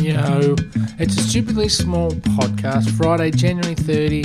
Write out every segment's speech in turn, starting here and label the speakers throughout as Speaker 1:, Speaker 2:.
Speaker 1: you know, it's a stupidly small podcast. Friday, January 30.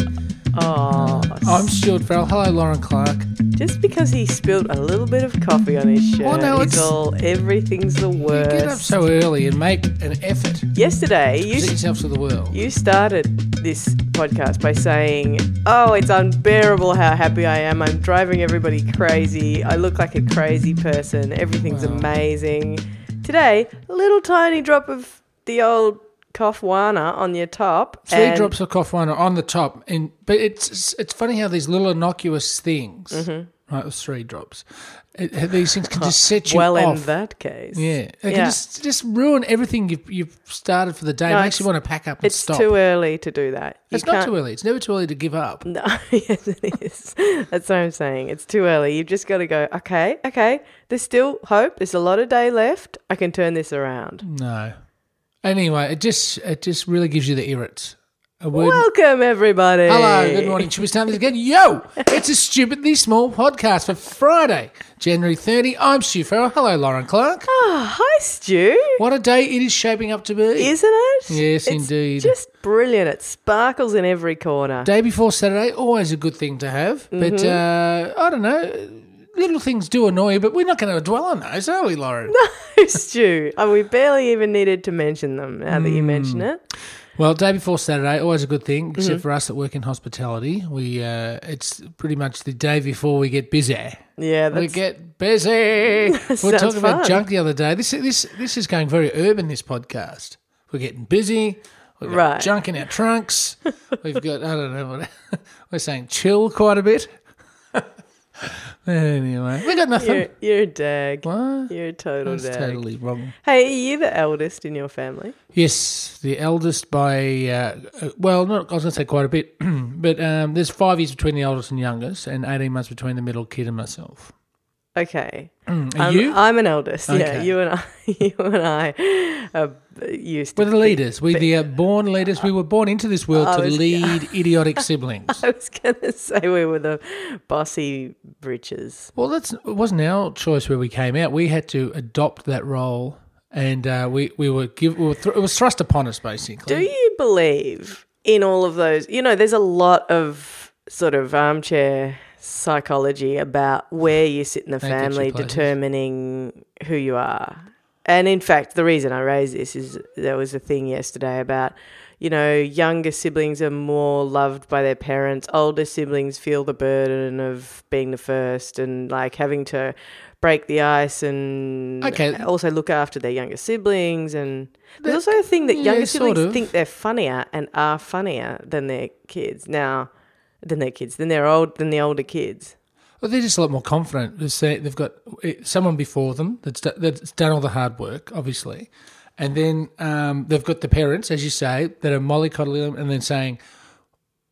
Speaker 2: Oh,
Speaker 1: I'm Stuart Farrell. Hello, Lauren Clark.
Speaker 2: just because he spilled a little bit of coffee on his shirt,
Speaker 1: Oh, no,
Speaker 2: he's
Speaker 1: it's-
Speaker 2: all everything's the
Speaker 1: You
Speaker 2: worst.
Speaker 1: get up so early and make an effort to
Speaker 2: Yesterday, you
Speaker 1: present yourself to the world.
Speaker 2: you started this podcast by saying, "Oh, it's unbearable how happy I am. I'm driving everybody crazy. I look like a crazy person. Everything's
Speaker 1: Wow.
Speaker 2: amazing." Today, a little tiny drop of the old Kofwana on your top.
Speaker 1: Three
Speaker 2: and-
Speaker 1: drops of Kofwana on the top, and but it's it's funny how these little innocuous things,
Speaker 2: Mm-hmm.
Speaker 1: right? It was three drops. It, it- these things can just set you
Speaker 2: Well,
Speaker 1: off.
Speaker 2: in that case,
Speaker 1: yeah, it can
Speaker 2: Yeah.
Speaker 1: just just ruin everything you've, you've started for the day.
Speaker 2: No,
Speaker 1: it makes you
Speaker 2: it's-
Speaker 1: want to pack up and
Speaker 2: it's
Speaker 1: stop.
Speaker 2: too early to do that. You
Speaker 1: it's not
Speaker 2: can't-
Speaker 1: too early. It's never too early to give up.
Speaker 2: No, yes, it is. That's what I'm saying. It's too early. You've just got to go, okay, okay, there's still hope. There's a lot of day left. I can turn this around.
Speaker 1: No. Anyway, it just it just really gives you the irrits. A word.
Speaker 2: Welcome, everybody.
Speaker 1: Hello, good morning. Should we start this again? Yo, it's a stupidly small podcast for Friday, January 30. I'm Stu Farrell. Hello, Lauren Clark.
Speaker 2: Oh, hi, Stu.
Speaker 1: What a day it is shaping up to be.
Speaker 2: Isn't it?
Speaker 1: Yes,
Speaker 2: It's
Speaker 1: indeed.
Speaker 2: Just brilliant. It sparkles in every corner.
Speaker 1: Day before Saturday, always a good thing to have. But uh, I don't know, little things do annoy you, but we're not going to dwell on those, are we, Lauren?
Speaker 2: Stu, and we barely even needed to mention them now that you
Speaker 1: Hmm.
Speaker 2: mention it.
Speaker 1: Well, day before Saturday, always a good thing, except for us that work in hospitality. We uh, It's pretty much the day before we get busy.
Speaker 2: Yeah,
Speaker 1: We
Speaker 2: that's
Speaker 1: get busy. We're
Speaker 2: sounds
Speaker 1: talking about
Speaker 2: fun.
Speaker 1: junk the other day. This this this is going very urban. This podcast. We're getting busy. We've got
Speaker 2: Right.
Speaker 1: junk in our trunks. We've got I don't know. What, we're saying chill quite a bit. anyway, we got nothing.
Speaker 2: you're, you're a dag.
Speaker 1: What?
Speaker 2: You're a total
Speaker 1: That's
Speaker 2: dag.
Speaker 1: totally wrong.
Speaker 2: Hey, are you the eldest in your family?
Speaker 1: Yes, the eldest by uh, uh, well, not I was going to say quite a bit, but um, there's five years between the eldest and youngest, and eighteen months between the middle kid and myself.
Speaker 2: Okay.
Speaker 1: Mm, Are
Speaker 2: I'm,
Speaker 1: you?
Speaker 2: I'm an eldest. Yeah,
Speaker 1: Okay.
Speaker 2: you and I, you and I are used
Speaker 1: We're
Speaker 2: to.
Speaker 1: the leaders. We're the uh, born leaders. We were born into this world
Speaker 2: I
Speaker 1: to
Speaker 2: was-
Speaker 1: lead idiotic siblings.
Speaker 2: I was gonna say we were the bossy riches.
Speaker 1: Well, that's it wasn't our choice where we came out. We had to adopt that role, and uh, we we were give we were thr it was thrust upon us basically.
Speaker 2: Do you believe in all of those? You know, there's a lot of sort of armchair psychology about where you sit in the
Speaker 1: Thank you,
Speaker 2: family
Speaker 1: places.
Speaker 2: determining who you are. And in fact, the reason I raise this is there was a thing yesterday about, you know, younger siblings are more loved by their parents, older siblings feel the burden of being the first and like having to break the ice and
Speaker 1: Okay.
Speaker 2: also look after their younger siblings and there's also a thing that
Speaker 1: Hmm. Yeah,
Speaker 2: younger
Speaker 1: sort
Speaker 2: siblings
Speaker 1: of.
Speaker 2: think they're funnier and are funnier than their kids now, than their kids, than their old, than the older kids.
Speaker 1: Well, they're just a lot more confident. They say- They've got eh, someone before them that's do- that's done all the hard work, obviously, and then um, they've got the parents, as you say, that are mollycoddling them, and then saying,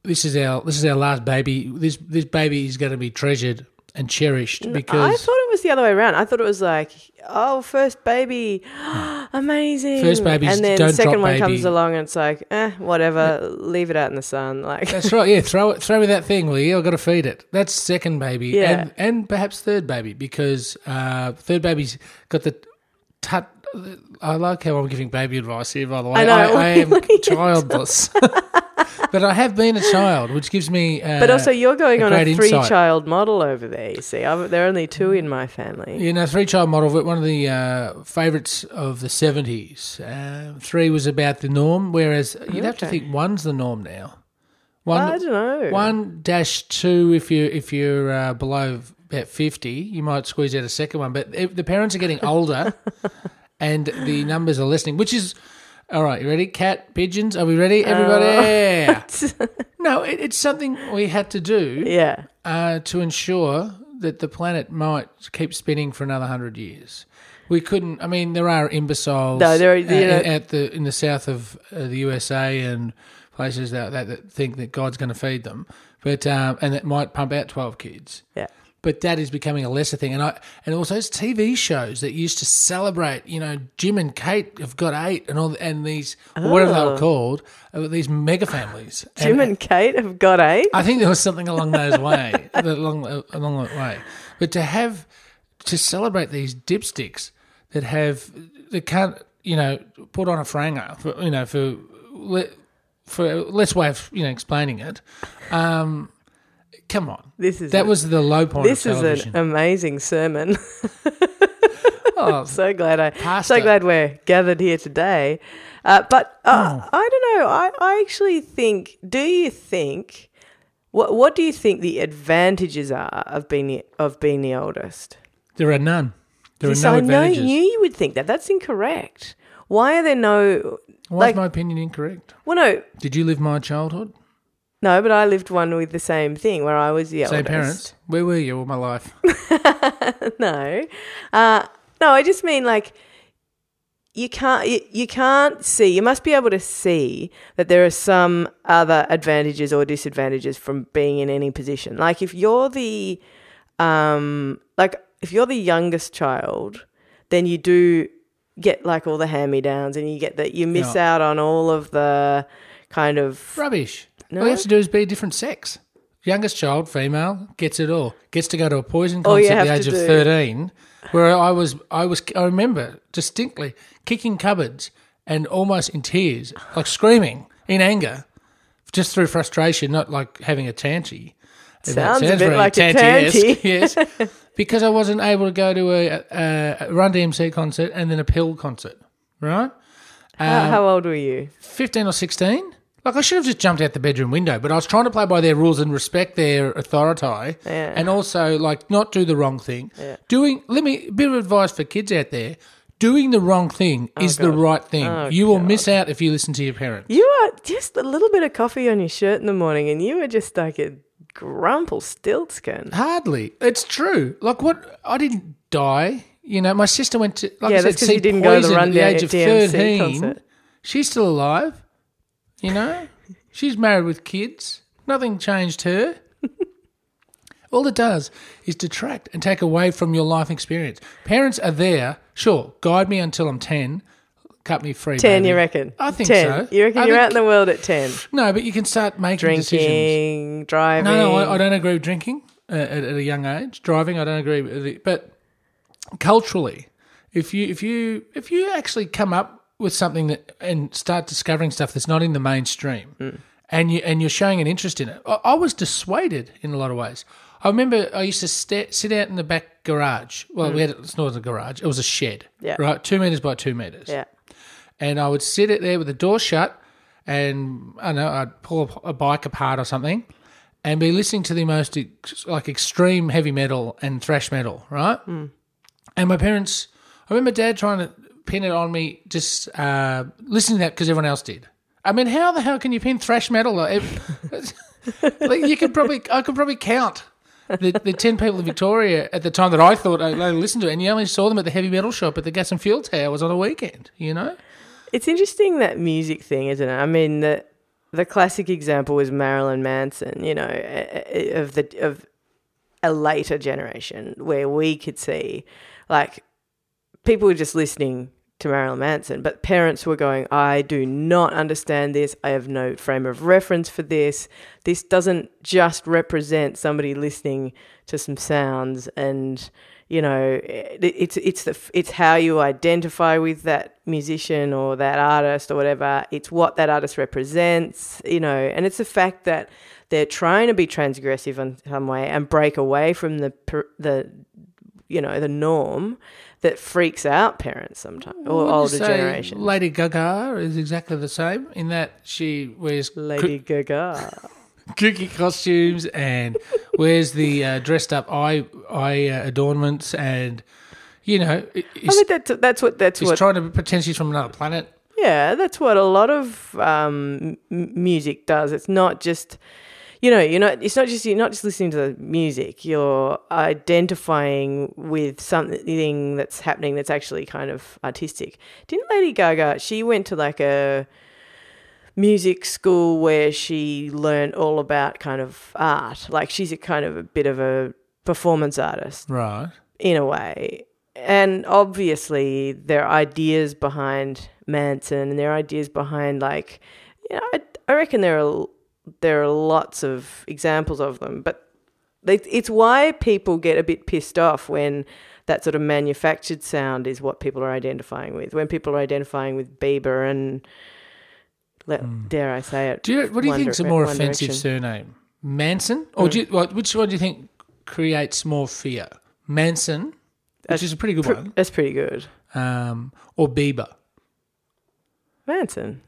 Speaker 1: "This is our this is our last baby. This this baby is going to be treasured and cherished
Speaker 2: I
Speaker 1: because."
Speaker 2: thought it was the other way around. I thought it was like, oh, first baby, amazing.
Speaker 1: First babies
Speaker 2: and then
Speaker 1: don't
Speaker 2: second
Speaker 1: drop
Speaker 2: one
Speaker 1: baby.
Speaker 2: comes along and it's like, eh, whatever, leave it out in the sun. Like,
Speaker 1: That's right. Yeah, throw it, throw me that thing, will you? I've got to feed it. That's second baby,
Speaker 2: Yeah.
Speaker 1: and and perhaps third baby because uh, third baby's got the tut. I like how I'm giving baby advice here. By the way,
Speaker 2: I know,
Speaker 1: I, I am
Speaker 2: really.
Speaker 1: childless, but I have been a child, which gives me. Uh,
Speaker 2: but also, you're going
Speaker 1: a
Speaker 2: on a
Speaker 1: great
Speaker 2: three
Speaker 1: insight.
Speaker 2: child model over there. You see, I've, there are only two in my family.
Speaker 1: You know, three child model, but one of the uh, favourites of the 70s. Uh, three was about the norm, whereas you'd have to
Speaker 2: Okay.
Speaker 1: think one's the norm now.
Speaker 2: I don't know.
Speaker 1: One dash two, if you if you're uh, below about fifty, you might squeeze out a second one. But if the parents are getting older, and the numbers are lessening, which is all right. You ready? Cat pigeons, are we ready? Everybody? no, it, it's something we had to do
Speaker 2: Yeah.
Speaker 1: uh, to ensure that the planet might keep spinning for another hundred years. We couldn't. I mean, there are imbeciles
Speaker 2: No, there are-
Speaker 1: uh,
Speaker 2: you know-
Speaker 1: at the in the south of uh, the USA and places that, that, that think that God's going to feed them, but um, and that might pump out twelve kids.
Speaker 2: Yeah.
Speaker 1: But that is becoming a lesser thing, and I and also those TV shows that used to celebrate, you know, Jim and Kate have got eight, and all and these or whatever
Speaker 2: Oh.
Speaker 1: they were called, uh, these mega families.
Speaker 2: Jim and Kate have got eight.
Speaker 1: I think there was something along those way, along along that way. But to have to celebrate these dipsticks that have that can't you know, put on a franger, for, you know, for le- for less way of you know explaining it. Um, come on,
Speaker 2: This is
Speaker 1: that
Speaker 2: a-
Speaker 1: was the low point.
Speaker 2: this
Speaker 1: of
Speaker 2: is
Speaker 1: television.
Speaker 2: an amazing sermon.
Speaker 1: Oh,
Speaker 2: so glad I
Speaker 1: Pasta.
Speaker 2: so glad we're gathered here today. Uh, but
Speaker 1: Oh.
Speaker 2: uh, I don't know. I, I actually think. Do you think? What What do you think the advantages are of being of being the oldest?
Speaker 1: there are none. There
Speaker 2: Yes,
Speaker 1: are no
Speaker 2: I know,
Speaker 1: advantages.
Speaker 2: knew you would think that. That's incorrect. Why are there no?
Speaker 1: Why
Speaker 2: like-
Speaker 1: is my opinion incorrect?
Speaker 2: Well, no,
Speaker 1: Did you live my childhood?
Speaker 2: no. But I lived one with the same thing where I was the
Speaker 1: Same
Speaker 2: oldest.
Speaker 1: parents. Where were you all my life?
Speaker 2: no, uh, no. I just mean like you can't you, you can't see. You must be able to see that there are some other advantages or disadvantages from being in any position. Like if you're the um, like if you're the youngest child, then you do get like all the hand me downs, and you get that you miss out on all of the kind of
Speaker 1: Rubbish. All you have to do is be a different sex. Youngest child, female, gets it all. Gets to go to a poison
Speaker 2: All you
Speaker 1: concert at the
Speaker 2: have
Speaker 1: age
Speaker 2: to
Speaker 1: of
Speaker 2: do.
Speaker 1: thirteen, where I was, I was, I remember distinctly kicking cupboards and almost in tears, like screaming in anger, just through frustration, not like having a tanty. That
Speaker 2: Sounds a bit
Speaker 1: very
Speaker 2: like a
Speaker 1: tanty-esque, yes, because I wasn't able to go to a, a, a Run DMC concert and then a Pill concert, right?
Speaker 2: how, how old were you?
Speaker 1: 15 or 16. Like, I should have just jumped out the bedroom window, but I was trying to play by their rules and respect their authority
Speaker 2: Yeah.
Speaker 1: and also, like, not do the wrong thing. Doing, let me, bit of advice for kids out there doing the wrong thing is the right thing. you will miss out if you listen to your parents.
Speaker 2: You are just a little bit of coffee on your shirt in the morning, and you were just like a grumple stiltskin.
Speaker 1: Hardly. It's true. Like, what, I didn't die. You know, my sister went to, like, I
Speaker 2: Yeah,
Speaker 1: said,
Speaker 2: that's 'cause you
Speaker 1: see
Speaker 2: didn't go to the
Speaker 1: Poison at the
Speaker 2: Rundown
Speaker 1: age of
Speaker 2: DMC
Speaker 1: 13.
Speaker 2: concert.
Speaker 1: She's still alive. You know, she's married with kids. Nothing changed her. All it does is detract and take away from your life experience. Parents are there, sure, guide me until I'm 10, cut me free.
Speaker 2: Ten,
Speaker 1: baby.
Speaker 2: you reckon?
Speaker 1: I think
Speaker 2: ten.
Speaker 1: so.
Speaker 2: You reckon
Speaker 1: I
Speaker 2: you're
Speaker 1: think-
Speaker 2: out in the world at ten,
Speaker 1: No, but you can start making decisions.
Speaker 2: drinking, driving.
Speaker 1: No, no, I, I don't agree with drinking uh, at, at a young age. Driving, I don't agree with it. But culturally, if you if you if you actually come up with something that and start discovering stuff that's not in the mainstream,
Speaker 2: Hmm.
Speaker 1: and you and you're showing an interest in it, I, I was dissuaded in a lot of ways. I remember I used to sta sit out in the back garage. Well, we had it's not a garage; it was a shed,
Speaker 2: Hmm. Yeah.
Speaker 1: right, two meters by two meters
Speaker 2: Yeah,
Speaker 1: and I would sit it there with the door shut, and I don't know I'd pull a, a bike apart or something, and be listening to the most ex- like extreme heavy metal and thrash metal, right? And my parents, I remember Dad trying to pin it on me, just uh, listening to that because everyone else did. I mean, how the hell can you pin thrash metal? Like, ev- like, you could probably, I could probably count. the, the 10 people in Victoria at the time that I thought I listened to it, and you only saw them at the heavy metal shop at the Gas and Fuel Towers on a weekend, you know?
Speaker 2: it's interesting that music thing, isn't it? I mean, the the classic example was Marilyn Manson. You know, eh, eh, of the of a later generation where we could see, like, people were just listening to Marilyn Manson, but parents were going, I do not understand this. I have no frame of reference for this. This doesn't just represent somebody listening to some sounds and you know it- it's it's the it's how you identify with that musician or that artist or whatever it's what that artist represents you know and it's the fact that they're trying to be transgressive in some way and break away from the per- the you know the norm that freaks out parents sometimes or
Speaker 1: Wouldn't you
Speaker 2: older
Speaker 1: say
Speaker 2: generation.
Speaker 1: Lady Gaga is exactly the same in that she wears
Speaker 2: Lady Gaga.
Speaker 1: kooky costumes and wears the uh, dressed up eye eye uh, adornments and you know i-
Speaker 2: I
Speaker 1: is,
Speaker 2: mean, that's that's what that's
Speaker 1: is
Speaker 2: what
Speaker 1: trying to pretend she's from another planet.
Speaker 2: Yeah, that's what a lot of um, m- music does. It's not just, you know, you're not. It's not just you're not just listening to the music. You're identifying with something that's happening that's actually kind of artistic. Didn't Lady Gaga? She went to like a music school where she learned all about kind of art. Like she's a kind of a bit of a performance artist
Speaker 1: Right.
Speaker 2: in a way. And obviously, their ideas behind Manson and their ideas behind, like, you know, I, I reckon there are there are lots of examples of them, but they, it's why people get a bit pissed off when that sort of manufactured sound is what people are identifying with. When people are identifying with Bieber and let, dare I say it,
Speaker 1: Hmm. Do you, what do you
Speaker 2: One
Speaker 1: think's a
Speaker 2: Dire-
Speaker 1: more
Speaker 2: One
Speaker 1: offensive
Speaker 2: Direction.
Speaker 1: surname, Manson, or
Speaker 2: Hmm.
Speaker 1: do you, well, which one do you think creates more fear, Manson, which
Speaker 2: That's
Speaker 1: is a pretty good
Speaker 2: Pr-
Speaker 1: one,
Speaker 2: that's pretty good.
Speaker 1: um, or Bieber?
Speaker 2: Manson.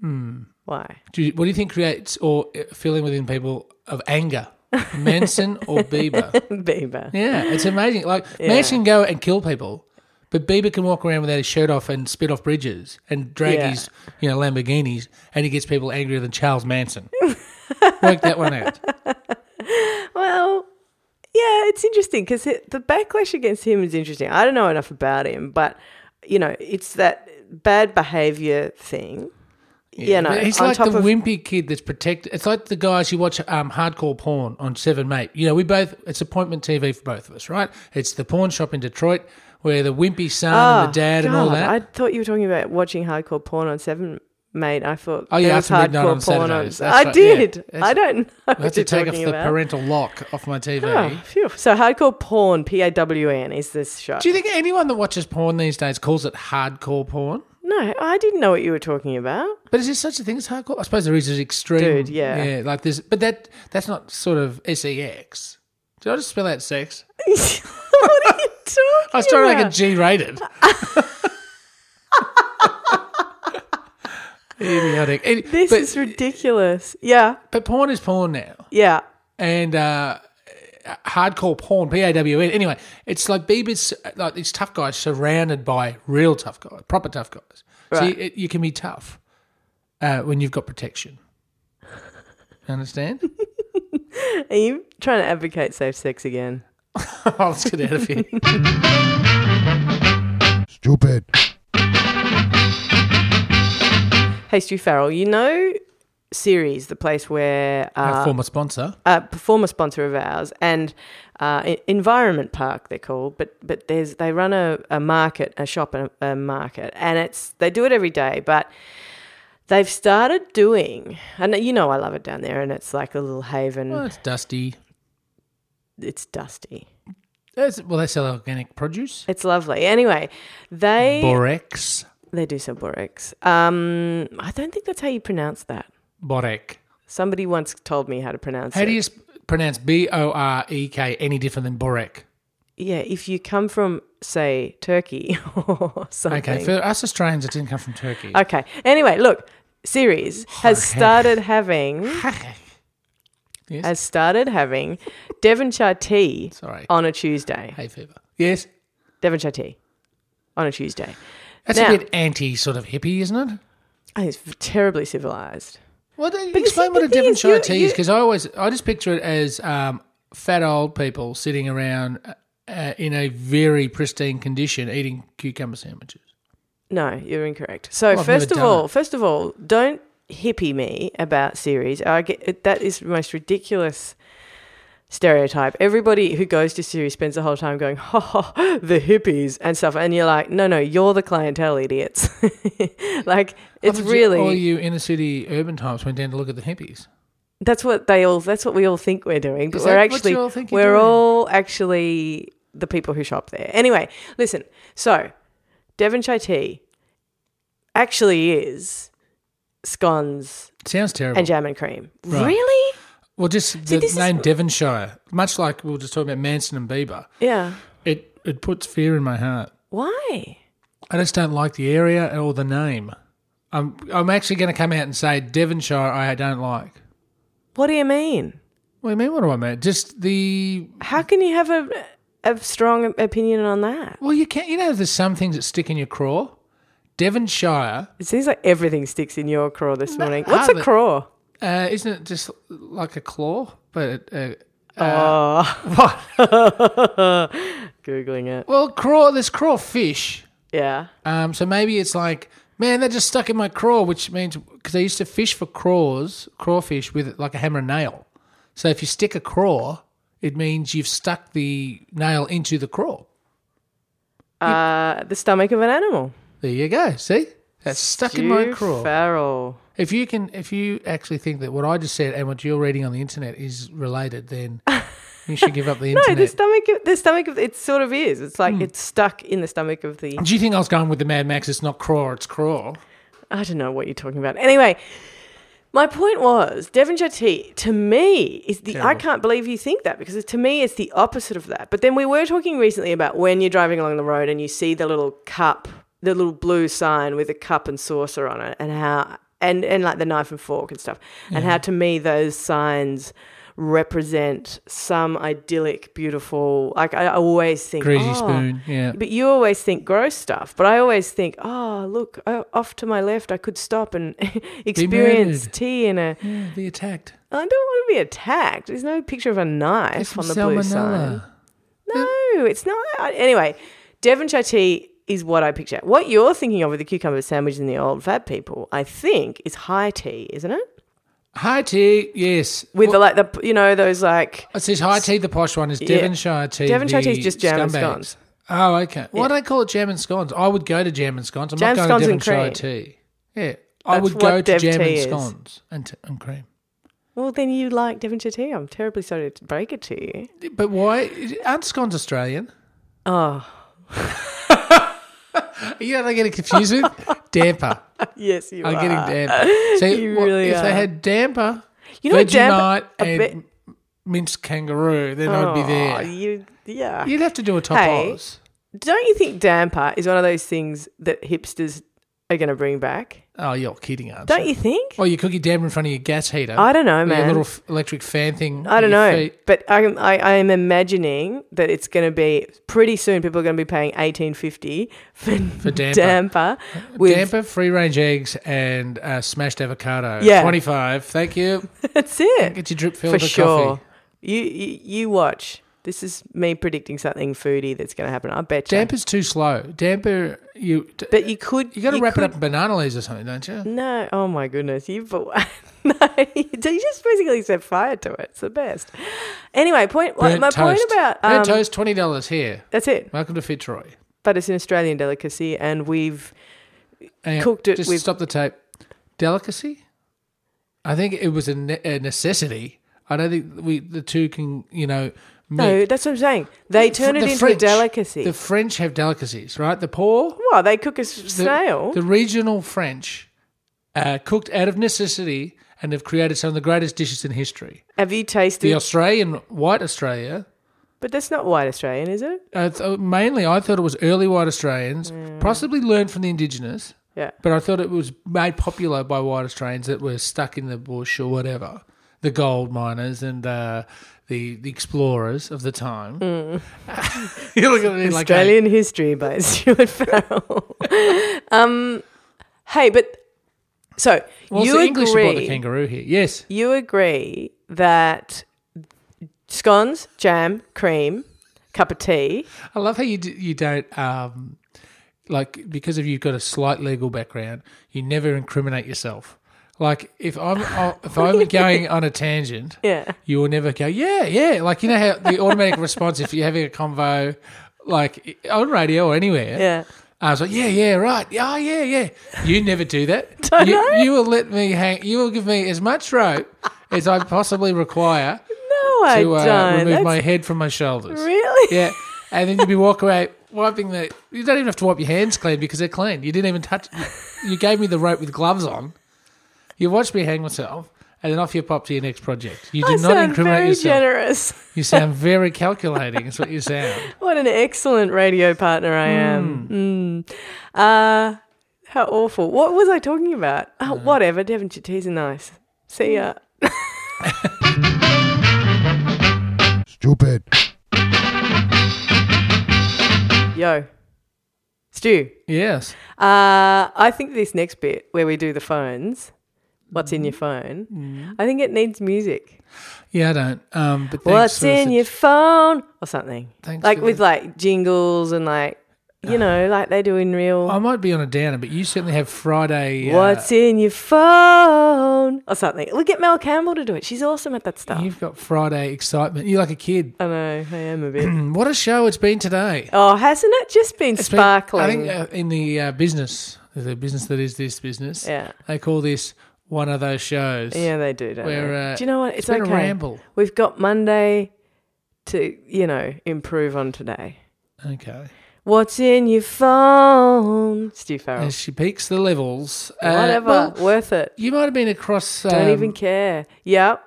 Speaker 1: Hmm.
Speaker 2: Why?
Speaker 1: Do you, what do you think creates or uh, feeling within people of anger, Manson or Bieber?
Speaker 2: Bieber.
Speaker 1: Yeah, it's amazing. Like Manson can go and kill people, but Bieber can walk around without his shirt off and spit off bridges and drag
Speaker 2: Yeah.
Speaker 1: his you know Lamborghinis, and he gets people angrier than Charles Manson. Work that one out.
Speaker 2: Well, yeah, it's interesting because the backlash against him is interesting. I don't know enough about him, but you know, it's that bad behavior thing. you know,
Speaker 1: But he's
Speaker 2: on
Speaker 1: like
Speaker 2: top
Speaker 1: the
Speaker 2: of
Speaker 1: wimpy kid that's protected. It's like the guys who watch um, hardcore porn on Seven Mate. You know, we both it's appointment TV for both of us, right? It's the porn shop in Detroit where the wimpy son and the dad and all
Speaker 2: Ah, Oh, God,
Speaker 1: that.
Speaker 2: I thought you were talking about watching hardcore porn on Seven, mate. I thought
Speaker 1: Oh, yeah,
Speaker 2: there was
Speaker 1: after midnight
Speaker 2: hardcore
Speaker 1: on
Speaker 2: porn on.
Speaker 1: Saturdays. That's
Speaker 2: I
Speaker 1: right, yeah.
Speaker 2: did.
Speaker 1: That's-
Speaker 2: I don't know.
Speaker 1: I have to take off
Speaker 2: talking
Speaker 1: the
Speaker 2: about.
Speaker 1: parental lock off my TV.
Speaker 2: Oh, phew. So hardcore porn, P A W N, is this show?
Speaker 1: Do you think anyone that watches porn these days calls it hardcore porn?
Speaker 2: no, I didn't know what you were talking about.
Speaker 1: But is there such a thing as hardcore? I suppose there is. There's extreme.
Speaker 2: Dude, yeah.
Speaker 1: Yeah, like this. But that that's not sort of sex. Did I just spell out sex?
Speaker 2: what are you talking?
Speaker 1: I was trying to
Speaker 2: about?
Speaker 1: make it G-rated. Idiotic. Any-
Speaker 2: This
Speaker 1: but,
Speaker 2: is ridiculous. Yeah,
Speaker 1: but porn is porn now,
Speaker 2: yeah.
Speaker 1: and uh, hardcore porn, P A W N. Anyway, it's like Bieber's like these tough guys surrounded by real tough guys, proper tough guys. So
Speaker 2: Right.
Speaker 1: you, it, you can be tough uh, when you've got protection. Understand?
Speaker 2: Are you trying to advocate safe sex again?
Speaker 1: Oh, let's get out of here.
Speaker 3: Stupid.
Speaker 2: Hey, Stu Farrell, you know Series, the place where
Speaker 1: Our
Speaker 2: uh,
Speaker 1: former sponsor.
Speaker 2: a performer sponsor of ours, and uh, E- Environment Park they're called, but but there's they run a, a market, a shop and a, a market, and it's they do it every day, but they've started doing, and you know I love it down there, and it's like a little haven.
Speaker 1: Well, it's dusty.
Speaker 2: It's dusty.
Speaker 1: That's- well, they sell organic produce.
Speaker 2: It's lovely. Anyway, they
Speaker 1: Borex.
Speaker 2: they do sell borax. Um, I don't think that's how you pronounce that.
Speaker 1: Borek.
Speaker 2: Somebody once told me how to pronounce
Speaker 1: How
Speaker 2: it.
Speaker 1: do you sp- pronounce B O R E K any different than Borek?
Speaker 2: yeah, if you come from, say, Turkey or something.
Speaker 1: Okay, for us Australians, it didn't come from Turkey.
Speaker 2: Okay. Anyway, look, series has started having has started having Devonshire tea
Speaker 1: Sorry.
Speaker 2: on a Tuesday.
Speaker 1: Hay fever. Yes.
Speaker 2: Devonshire tea on a Tuesday.
Speaker 1: That's
Speaker 2: Now-
Speaker 1: a bit anti sort of hippie, isn't it?
Speaker 2: I think it's terribly civilized.
Speaker 1: Well, then
Speaker 2: you
Speaker 1: explain
Speaker 2: see,
Speaker 1: what
Speaker 2: the
Speaker 1: a
Speaker 2: thing is,
Speaker 1: Devonshire
Speaker 2: you-
Speaker 1: tea is
Speaker 2: you-
Speaker 1: because I always I just picture it as um, fat old people sitting around uh, in a very pristine condition eating cucumber sandwiches.
Speaker 2: No, you're incorrect. So
Speaker 1: Oh, I've
Speaker 2: first
Speaker 1: never
Speaker 2: of
Speaker 1: done
Speaker 2: all, first of all, don't hippie me about series. I get, that is the most ridiculous stereotype. Everybody who goes to series spends the whole time going, "Ha ha, the hippies" and stuff, and you're like, "No, no, you're the clientele, idiots." like it's
Speaker 1: Or did you- Oh,
Speaker 2: really
Speaker 1: All you inner city urban types went down to look at the hippies.
Speaker 2: that's what they all that's what we all think we're doing but
Speaker 1: Is
Speaker 2: we're
Speaker 1: that what
Speaker 2: actually
Speaker 1: you all think you're
Speaker 2: we're
Speaker 1: doing?
Speaker 2: all actually the people who shop there anyway listen so devonshire tea actually is scones
Speaker 1: Sounds terrible.
Speaker 2: and jam and cream
Speaker 1: Right.
Speaker 2: really
Speaker 1: well, just the
Speaker 2: this is-
Speaker 1: name Devonshire, much like we were just talking about Manson and Bieber,
Speaker 2: yeah
Speaker 1: it, it puts fear in my heart.
Speaker 2: why
Speaker 1: I just don't like the area or the name. I'm, I'm actually going to come out and say Devonshire I don't like.
Speaker 2: what do you mean
Speaker 1: What do you mean? What do I mean? Just the
Speaker 2: how can you have a, a strong opinion on that
Speaker 1: well, you can't. You know, there's some things that stick in your craw. Devonshire
Speaker 2: it seems like everything sticks in your craw this morning what's
Speaker 1: hardly.
Speaker 2: a craw
Speaker 1: uh, isn't it just like a claw? But uh,
Speaker 2: oh
Speaker 1: what?
Speaker 2: googling it
Speaker 1: Well, craw. There's crawfish.
Speaker 2: yeah
Speaker 1: Um, so maybe it's like, man, that just stuck in my craw, which means because I used to fish for craws, crawfish with like a hammer and nail. So if you stick a craw, it means you've stuck the nail into the craw.
Speaker 2: uh, the stomach of an animal
Speaker 1: There you go. See, that's stuck in my
Speaker 2: Stu
Speaker 1: craw.
Speaker 2: Farrell.
Speaker 1: if you can, if you actually think that what I just said and what you're reading on the internet is related, then You should give up the
Speaker 2: No,
Speaker 1: internet.
Speaker 2: the stomach, the stomach, of, it sort of is. It's like it's stuck in the stomach of the.
Speaker 1: Do you think I was going with the Mad Max? It's not Craw, it's Craw.
Speaker 2: I don't know what you're talking about. Anyway, my point was Devonshire tea to me is the I
Speaker 1: Terrible.
Speaker 2: can't believe you think that because to me it's the opposite of that. But then we were talking recently about when you're driving along the road and you see the little cup, the little blue sign with a cup and saucer on it, and how and and like the knife and fork and stuff, and how to me those signs. Represent some idyllic, beautiful. Like I always think,
Speaker 1: Greasy
Speaker 2: "Oh,
Speaker 1: spoon. Yeah.
Speaker 2: but you always think gross stuff. But I always think, oh, look, oh, off to my left, I could stop and experience
Speaker 1: murdered.
Speaker 2: tea in a.
Speaker 1: yeah. Be attacked.
Speaker 2: I don't want to be attacked. There's no picture of a
Speaker 1: It's
Speaker 2: knife
Speaker 1: from
Speaker 2: on the blue
Speaker 1: salmonella.
Speaker 2: sign. No, it's not. Anyway, Devonshire tea is what I picture. What you're thinking of with the cucumber sandwich and the old fat people, I think, is high tea, isn't it?
Speaker 1: High tea, yes.
Speaker 2: With the like the you know those like
Speaker 1: It says high tea, the posh one is Devonshire tea.
Speaker 2: Devonshire
Speaker 1: the
Speaker 2: tea is just jam and
Speaker 1: scumbags.
Speaker 2: scones.
Speaker 1: Oh, okay. Why do they call it jam and scones? I would go to jam and scones. I'm
Speaker 2: Jam,
Speaker 1: not going
Speaker 2: scones
Speaker 1: to
Speaker 2: and
Speaker 1: Devonshire tea. Yeah. I
Speaker 2: That's
Speaker 1: would
Speaker 2: what
Speaker 1: go to
Speaker 2: Dev
Speaker 1: jam
Speaker 2: tea
Speaker 1: and
Speaker 2: is.
Speaker 1: scones and, t- and cream.
Speaker 2: Well, then you like Devonshire tea. I'm terribly sorry to break it to you.
Speaker 1: But why? Aren't scones Australian?
Speaker 2: Oh,
Speaker 1: You know what I get it confused with? Damper.
Speaker 2: yes, you
Speaker 1: I'm
Speaker 2: are.
Speaker 1: getting damper. See,
Speaker 2: You
Speaker 1: what-
Speaker 2: really
Speaker 1: if they
Speaker 2: are.
Speaker 1: had damper,
Speaker 2: You know,
Speaker 1: Vegemite
Speaker 2: damper- a
Speaker 1: and
Speaker 2: bit-
Speaker 1: minced kangaroo, then I'd be
Speaker 2: Oh,
Speaker 1: there.
Speaker 2: You, yeah.
Speaker 1: You'd have to do a top
Speaker 2: Hey.
Speaker 1: Oz.
Speaker 2: Don't you think damper is one of those things that hipsters are going to bring back?
Speaker 1: Oh, you're kidding, aren't
Speaker 2: Don't
Speaker 1: you?
Speaker 2: you think?
Speaker 1: Well, you cook your damper in front of your gas heater.
Speaker 2: I don't know,
Speaker 1: with
Speaker 2: man.
Speaker 1: Your little f- electric fan thing.
Speaker 2: I
Speaker 1: at
Speaker 2: don't
Speaker 1: your
Speaker 2: know,
Speaker 1: feet.
Speaker 2: but I'm, I, I'm imagining that it's going to be pretty soon. People are going to be paying eighteen fifty for, for
Speaker 1: damper. Uh,
Speaker 2: damper with
Speaker 1: damper, free range eggs, and uh, smashed avocado.
Speaker 2: Yeah.
Speaker 1: 25. Thank you.
Speaker 2: that's it
Speaker 1: Get your drip
Speaker 2: for
Speaker 1: filter
Speaker 2: sure.
Speaker 1: coffee.
Speaker 2: You, you you watch. This is me predicting something foodie that's going to happen. I bet you.
Speaker 1: Damper's too slow. Damper, you. d-
Speaker 2: But you could
Speaker 1: you got to
Speaker 2: you
Speaker 1: wrap
Speaker 2: could
Speaker 1: it up in banana leaves or something, don't you?
Speaker 2: No, oh my goodness, you but no, you just basically set fire to it. It's the best. Anyway, point
Speaker 1: Burnt
Speaker 2: my
Speaker 1: toast.
Speaker 2: point about
Speaker 1: Burnt
Speaker 2: um,
Speaker 1: toast, twenty dollars here.
Speaker 2: that's it.
Speaker 1: Welcome to Fitzroy.
Speaker 2: But it's an Australian delicacy, and we've
Speaker 1: Hang on,
Speaker 2: Cooked it
Speaker 1: Just
Speaker 2: with-
Speaker 1: stop the tape. Delicacy. I think it was a, ne- a necessity. I don't think we the two can you know.
Speaker 2: no,
Speaker 1: meet.
Speaker 2: that's what I'm saying. They turn
Speaker 1: The
Speaker 2: it into
Speaker 1: French-
Speaker 2: a delicacy.
Speaker 1: The French have delicacies, right? The poor,
Speaker 2: well, they cook a s-
Speaker 1: the,
Speaker 2: snail.
Speaker 1: the regional French, uh, cooked out of necessity, and have created some of the greatest dishes in history.
Speaker 2: Have you tasted?
Speaker 1: The Australian, white Australia,
Speaker 2: but that's not white Australian, is it?
Speaker 1: uh, th- mainly I thought it was early white Australians,
Speaker 2: Mm.
Speaker 1: possibly learned from the indigenous.
Speaker 2: Yeah.
Speaker 1: But I thought it was made popular by white Australians that were stuck in the bush or whatever, the gold miners and uh, the the explorers of the time. you look at me like
Speaker 2: Hmm. Australian History by Stuart Farrell. um, hey, but so
Speaker 1: Well, it's
Speaker 2: you
Speaker 1: the
Speaker 2: agree?
Speaker 1: English who brought the kangaroo here. Yes,
Speaker 2: you agree that scones, jam, cream, cup of tea.
Speaker 1: I love how you d- you don't um, like because of you've got a slight legal background, you never incriminate yourself. Like if I'm I'll- if I'm going on a tangent,
Speaker 2: Yeah.
Speaker 1: you will never go, yeah, yeah. Like, you know how the automatic response if you're having a convo, like on radio or anywhere,
Speaker 2: Yeah.
Speaker 1: I was like, yeah, yeah, right. Yeah, oh, yeah, yeah. You never do that. you, you will let me hang, you will give me as much rope as I possibly require
Speaker 2: No, I
Speaker 1: to uh,
Speaker 2: don't.
Speaker 1: remove
Speaker 2: That's
Speaker 1: my head from my shoulders.
Speaker 2: really
Speaker 1: Yeah. And then you'd be walking away wiping the, you don't even have to wipe your hands clean because they're clean. You didn't even touch, you gave me the rope with gloves on. You watched me hang myself. And then off you pop to your next project. You
Speaker 2: I
Speaker 1: did not
Speaker 2: sound
Speaker 1: incriminate
Speaker 2: very
Speaker 1: yourself.
Speaker 2: generous.
Speaker 1: You sound very calculating. Is what you sound.
Speaker 2: What an excellent radio partner I
Speaker 1: Hmm.
Speaker 2: am. Mm. Uh, how awful. What was I talking about? Oh, whatever. Devonshire teas are nice. See ya.
Speaker 3: Stupid.
Speaker 1: Hmm.
Speaker 2: Yo. Stu.
Speaker 1: Yes.
Speaker 2: Uh, I think this next bit where we do the phones, what's
Speaker 1: Hmm.
Speaker 2: in your phone, I think it needs music.
Speaker 1: Yeah, I don't. Um, but thanks
Speaker 2: What's
Speaker 1: for
Speaker 2: in
Speaker 1: the-
Speaker 2: your phone or something?
Speaker 1: Thanks
Speaker 2: like
Speaker 1: for
Speaker 2: with
Speaker 1: the- Ah.
Speaker 2: like jingles and like you know, like they do in real.
Speaker 1: I might be on a downer, but you certainly have Friday. uh,
Speaker 2: What's in your phone or something? We'll get Mel Campbell to do it. She's awesome at that stuff.
Speaker 1: You've got Friday excitement. You're like a kid.
Speaker 2: I know I am a bit.
Speaker 1: Mm, What a show it's been today.
Speaker 2: oh, hasn't it just been
Speaker 1: It's been-
Speaker 2: sparkling?
Speaker 1: I think uh, in the uh, business, the business that is this business,
Speaker 2: yeah,
Speaker 1: they call this one of those shows.
Speaker 2: yeah, they do. Don't
Speaker 1: Where,
Speaker 2: they?
Speaker 1: uh,
Speaker 2: do you know what?
Speaker 1: it's
Speaker 2: It's,
Speaker 1: been a
Speaker 2: okay.
Speaker 1: ramble.
Speaker 2: We've got Monday, to, you know, improve on today.
Speaker 1: Okay.
Speaker 2: What's in your phone? Stu Farrell.
Speaker 1: As she peaks the levels. uh,
Speaker 2: Whatever.
Speaker 1: well,
Speaker 2: Worth it.
Speaker 1: you might have been across. Um,
Speaker 2: Don't even care. Yep.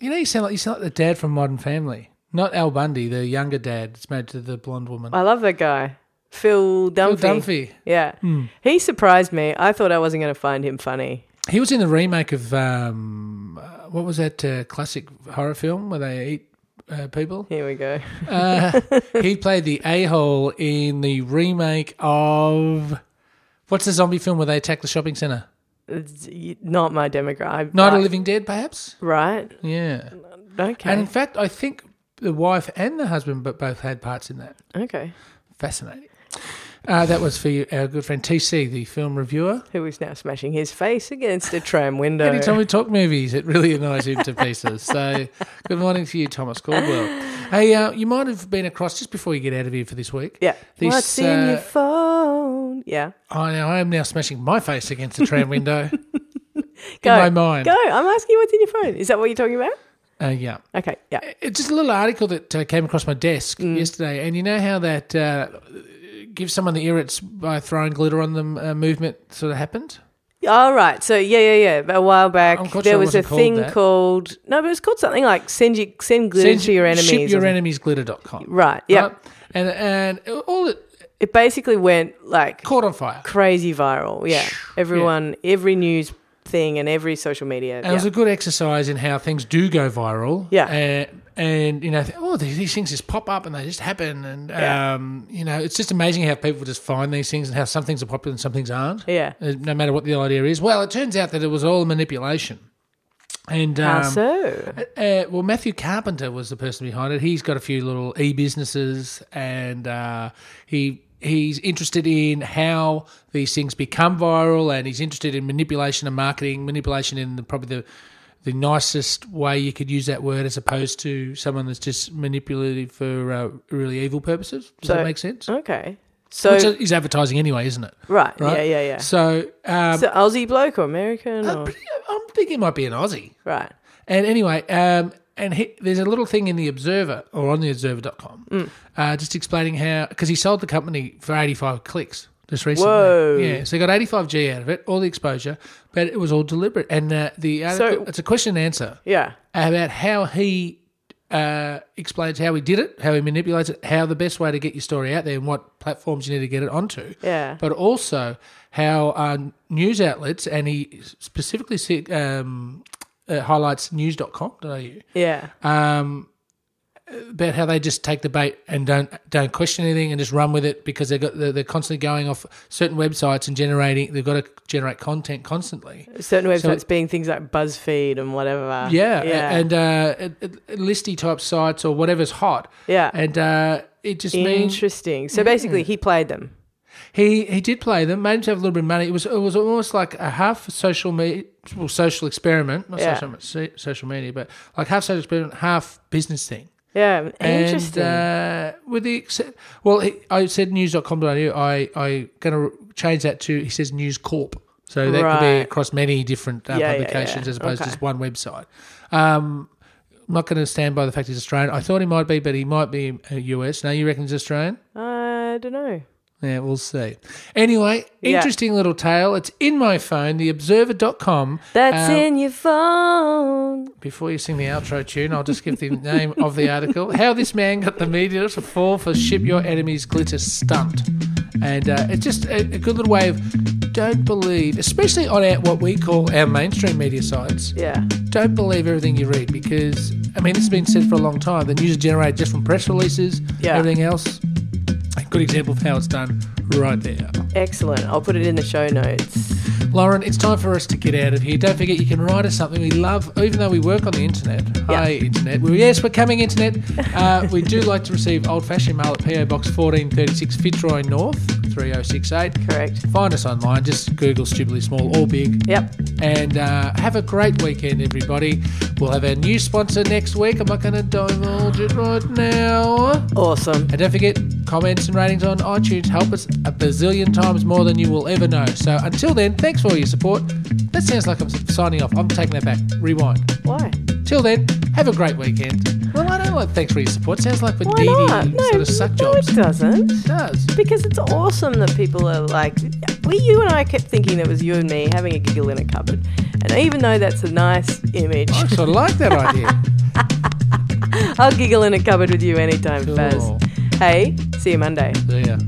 Speaker 1: You know, you sound like you sound like the dad from Modern Family, not Al Bundy, the younger dad that's married to the blonde woman.
Speaker 2: I love that guy.
Speaker 1: Phil
Speaker 2: Phil Dunphy.
Speaker 1: Dunphy. Hmm.
Speaker 2: Yeah. He surprised me. I thought I wasn't going to find him funny.
Speaker 1: He was in the remake of um, uh, what was that uh, classic horror film where they eat uh, people?
Speaker 2: Here we go.
Speaker 1: Uh, he played the a hole in the remake of what's the zombie film where they attack the shopping centre?
Speaker 2: It's y- not my demographic.
Speaker 1: Night
Speaker 2: right.
Speaker 1: of the Living Dead, perhaps.
Speaker 2: Right.
Speaker 1: Yeah,
Speaker 2: Okay.
Speaker 1: and in fact, I think the wife and the husband, but both had parts in that.
Speaker 2: okay.
Speaker 1: Fascinating. Uh, that was for you, our good friend TC, the film reviewer.
Speaker 2: Who is now smashing his face against a tram window?
Speaker 1: Anytime we talk movies, it really annoys him to pieces. So, good morning to you, Thomas Caldwell. Hey, uh, you might have been across just before you get out of here for this week.
Speaker 2: yeah.
Speaker 1: This,
Speaker 2: What's in your
Speaker 1: uh,
Speaker 2: phone? Yeah.
Speaker 1: I, uh, I am now smashing my face against the tram window.
Speaker 2: Go.
Speaker 1: my mind.
Speaker 2: Go. I'm asking you what's in your phone. Is that what you're talking about?
Speaker 1: Uh, yeah.
Speaker 2: Okay. Yeah.
Speaker 1: It's just a little article that uh, came across my desk
Speaker 2: Mm.
Speaker 1: yesterday, and you know how that uh, give someone the irrits by throwing glitter on them uh, movement sort of happened?
Speaker 2: All right. So yeah, yeah, yeah. But A while back,
Speaker 1: Oh, I'm quite
Speaker 2: there
Speaker 1: sure it
Speaker 2: was a
Speaker 1: wasn't called
Speaker 2: thing
Speaker 1: that.
Speaker 2: called no, but it was called something like send you, send glitter to your enemies.
Speaker 1: Ship
Speaker 2: or
Speaker 1: your
Speaker 2: something.
Speaker 1: enemies glitter.com.
Speaker 2: Right. Yeah.
Speaker 1: And, and all it
Speaker 2: It basically went like
Speaker 1: caught on fire.
Speaker 2: crazy viral. Yeah. Everyone, every news thing, and every social media.
Speaker 1: And it was
Speaker 2: yeah.
Speaker 1: a good exercise in how things do go viral.
Speaker 2: Yeah.
Speaker 1: And, and you know, th- oh, these, these things just pop up and they just happen. And,
Speaker 2: Yeah.
Speaker 1: um, you know, it's just amazing how people just find these things and how some things are popular and some things aren't,
Speaker 2: yeah.
Speaker 1: uh, no matter what the idea is. Well, it turns out that it was all manipulation. And
Speaker 2: How
Speaker 1: um,
Speaker 2: Ah, so?
Speaker 1: uh, well, Matthew Carpenter was the person behind it. He's got a few little e businesses, and uh, he he's interested in how these things become viral, and he's interested in manipulation and marketing, manipulation in the, probably the the nicest way you could use that word, as opposed to someone that's just manipulative for uh, really evil purposes. Does
Speaker 2: So-
Speaker 1: that make sense?
Speaker 2: Okay. So
Speaker 1: Which is advertising anyway, isn't it?
Speaker 2: right,
Speaker 1: right?
Speaker 2: Yeah. Yeah. Yeah.
Speaker 1: So, um,
Speaker 2: So Aussie bloke or American
Speaker 1: I'm,
Speaker 2: or
Speaker 1: pretty, I'm thinking it might be an Aussie.
Speaker 2: right.
Speaker 1: And anyway, um, and he, there's a little thing in the Observer or on the Observer.com uh, just explaining how because he sold the company for 85 clicks just recently.
Speaker 2: Whoa.
Speaker 1: Yeah, so he got 85G out of it, all the exposure, but it was all deliberate. And uh, the article, it's a question and answer
Speaker 2: Yeah.
Speaker 1: about how he uh, explains how he did it, how he manipulates it, how the best way to get your story out there, and what platforms you need to get it onto
Speaker 2: Yeah.
Speaker 1: but also how uh, news outlets, and he specifically said, um, uh, highlights news.com.au,
Speaker 2: Yeah.
Speaker 1: um, about how they just take the bait and don't don't question anything and just run with it because they got they're, they're constantly going off certain websites and generating they've got to generate content constantly.
Speaker 2: Certain
Speaker 1: so-
Speaker 2: websites being things like BuzzFeed and whatever.
Speaker 1: Yeah, a-
Speaker 2: Yeah.
Speaker 1: and uh, it- it- listy type sites or whatever's hot,
Speaker 2: yeah.
Speaker 1: and uh, it just means Mm.
Speaker 2: Interesting. So basically, he played them.
Speaker 1: He he did play them, made himself a little bit of money. It was it was almost like a half social media, well, social experiment, not
Speaker 2: Yeah.
Speaker 1: social, so- social media, but like half social experiment, half business thing.
Speaker 2: Yeah.
Speaker 1: And,
Speaker 2: Interesting.
Speaker 1: uh, with the except, well, he, I said news.com.au. I I going to change that to he says News Corp. So that could be
Speaker 2: Right.
Speaker 1: across many different uh,
Speaker 2: Yeah, yeah,
Speaker 1: publications
Speaker 2: yeah.
Speaker 1: as opposed to
Speaker 2: Okay.
Speaker 1: just one website. Um, I'm not going to stand by the fact he's Australian. I thought he might be, but he might be uh, US. Now you reckon he's Australian?
Speaker 2: I don't know.
Speaker 1: Yeah, we'll see. Anyway,
Speaker 2: Yeah.
Speaker 1: interesting little tale. It's in my phone, theobserver.com.
Speaker 2: That's
Speaker 1: Um,
Speaker 2: in your phone.
Speaker 1: Before you sing the outro tune, I'll just give the name of the article How This Man Got the Media to Fall for Ship Your Enemy's Glitter Stunt. And uh, it's just a, a good little way of don't believe, especially on our, what we call our mainstream media sites,
Speaker 2: Yeah.
Speaker 1: don't believe everything you read because, I mean, this has been said for a long time. The news is generated just from press releases,
Speaker 2: Yeah.
Speaker 1: everything else. A good example of how it's done right there.
Speaker 2: Excellent. I'll put it in the show notes.
Speaker 1: Lauren, it's time for us to get out of here. Don't forget you can write us something we love, even though we work on the internet. Hi, internet. Well, yes, we're coming internet. Uh, we do like to receive old-fashioned mail at PO Box 1436 Fitzroy North 3068.
Speaker 2: Correct.
Speaker 1: Find us online. Just Google Stupidly Small or Big.
Speaker 2: Yep.
Speaker 1: And uh, have a great weekend, everybody. We'll have our new sponsor next week. I'm not going to divulge it right now.
Speaker 2: Awesome.
Speaker 1: And don't forget, comments and ratings on iTunes help us a bazillion times more than you will ever know. So until then, thanks for all your support. That sounds like I'm signing off. I'm taking that back. Rewind.
Speaker 2: Why?
Speaker 1: Till then, have a great weekend. Well, I don't know what? Thanks for your support. Sounds like we're
Speaker 2: Why
Speaker 1: needy
Speaker 2: not? No,
Speaker 1: sort of suck
Speaker 2: no,
Speaker 1: jobs.
Speaker 2: it doesn't.
Speaker 1: It does.
Speaker 2: Because it's awesome that people are like, well, you and I kept thinking it was you and me having a giggle in a cupboard. And even though that's a nice image,
Speaker 1: I sort of like that idea.
Speaker 2: I'll giggle in a cupboard with you anytime, Faz.
Speaker 1: Cool.
Speaker 2: Hey, see you Monday.
Speaker 1: So, yeah.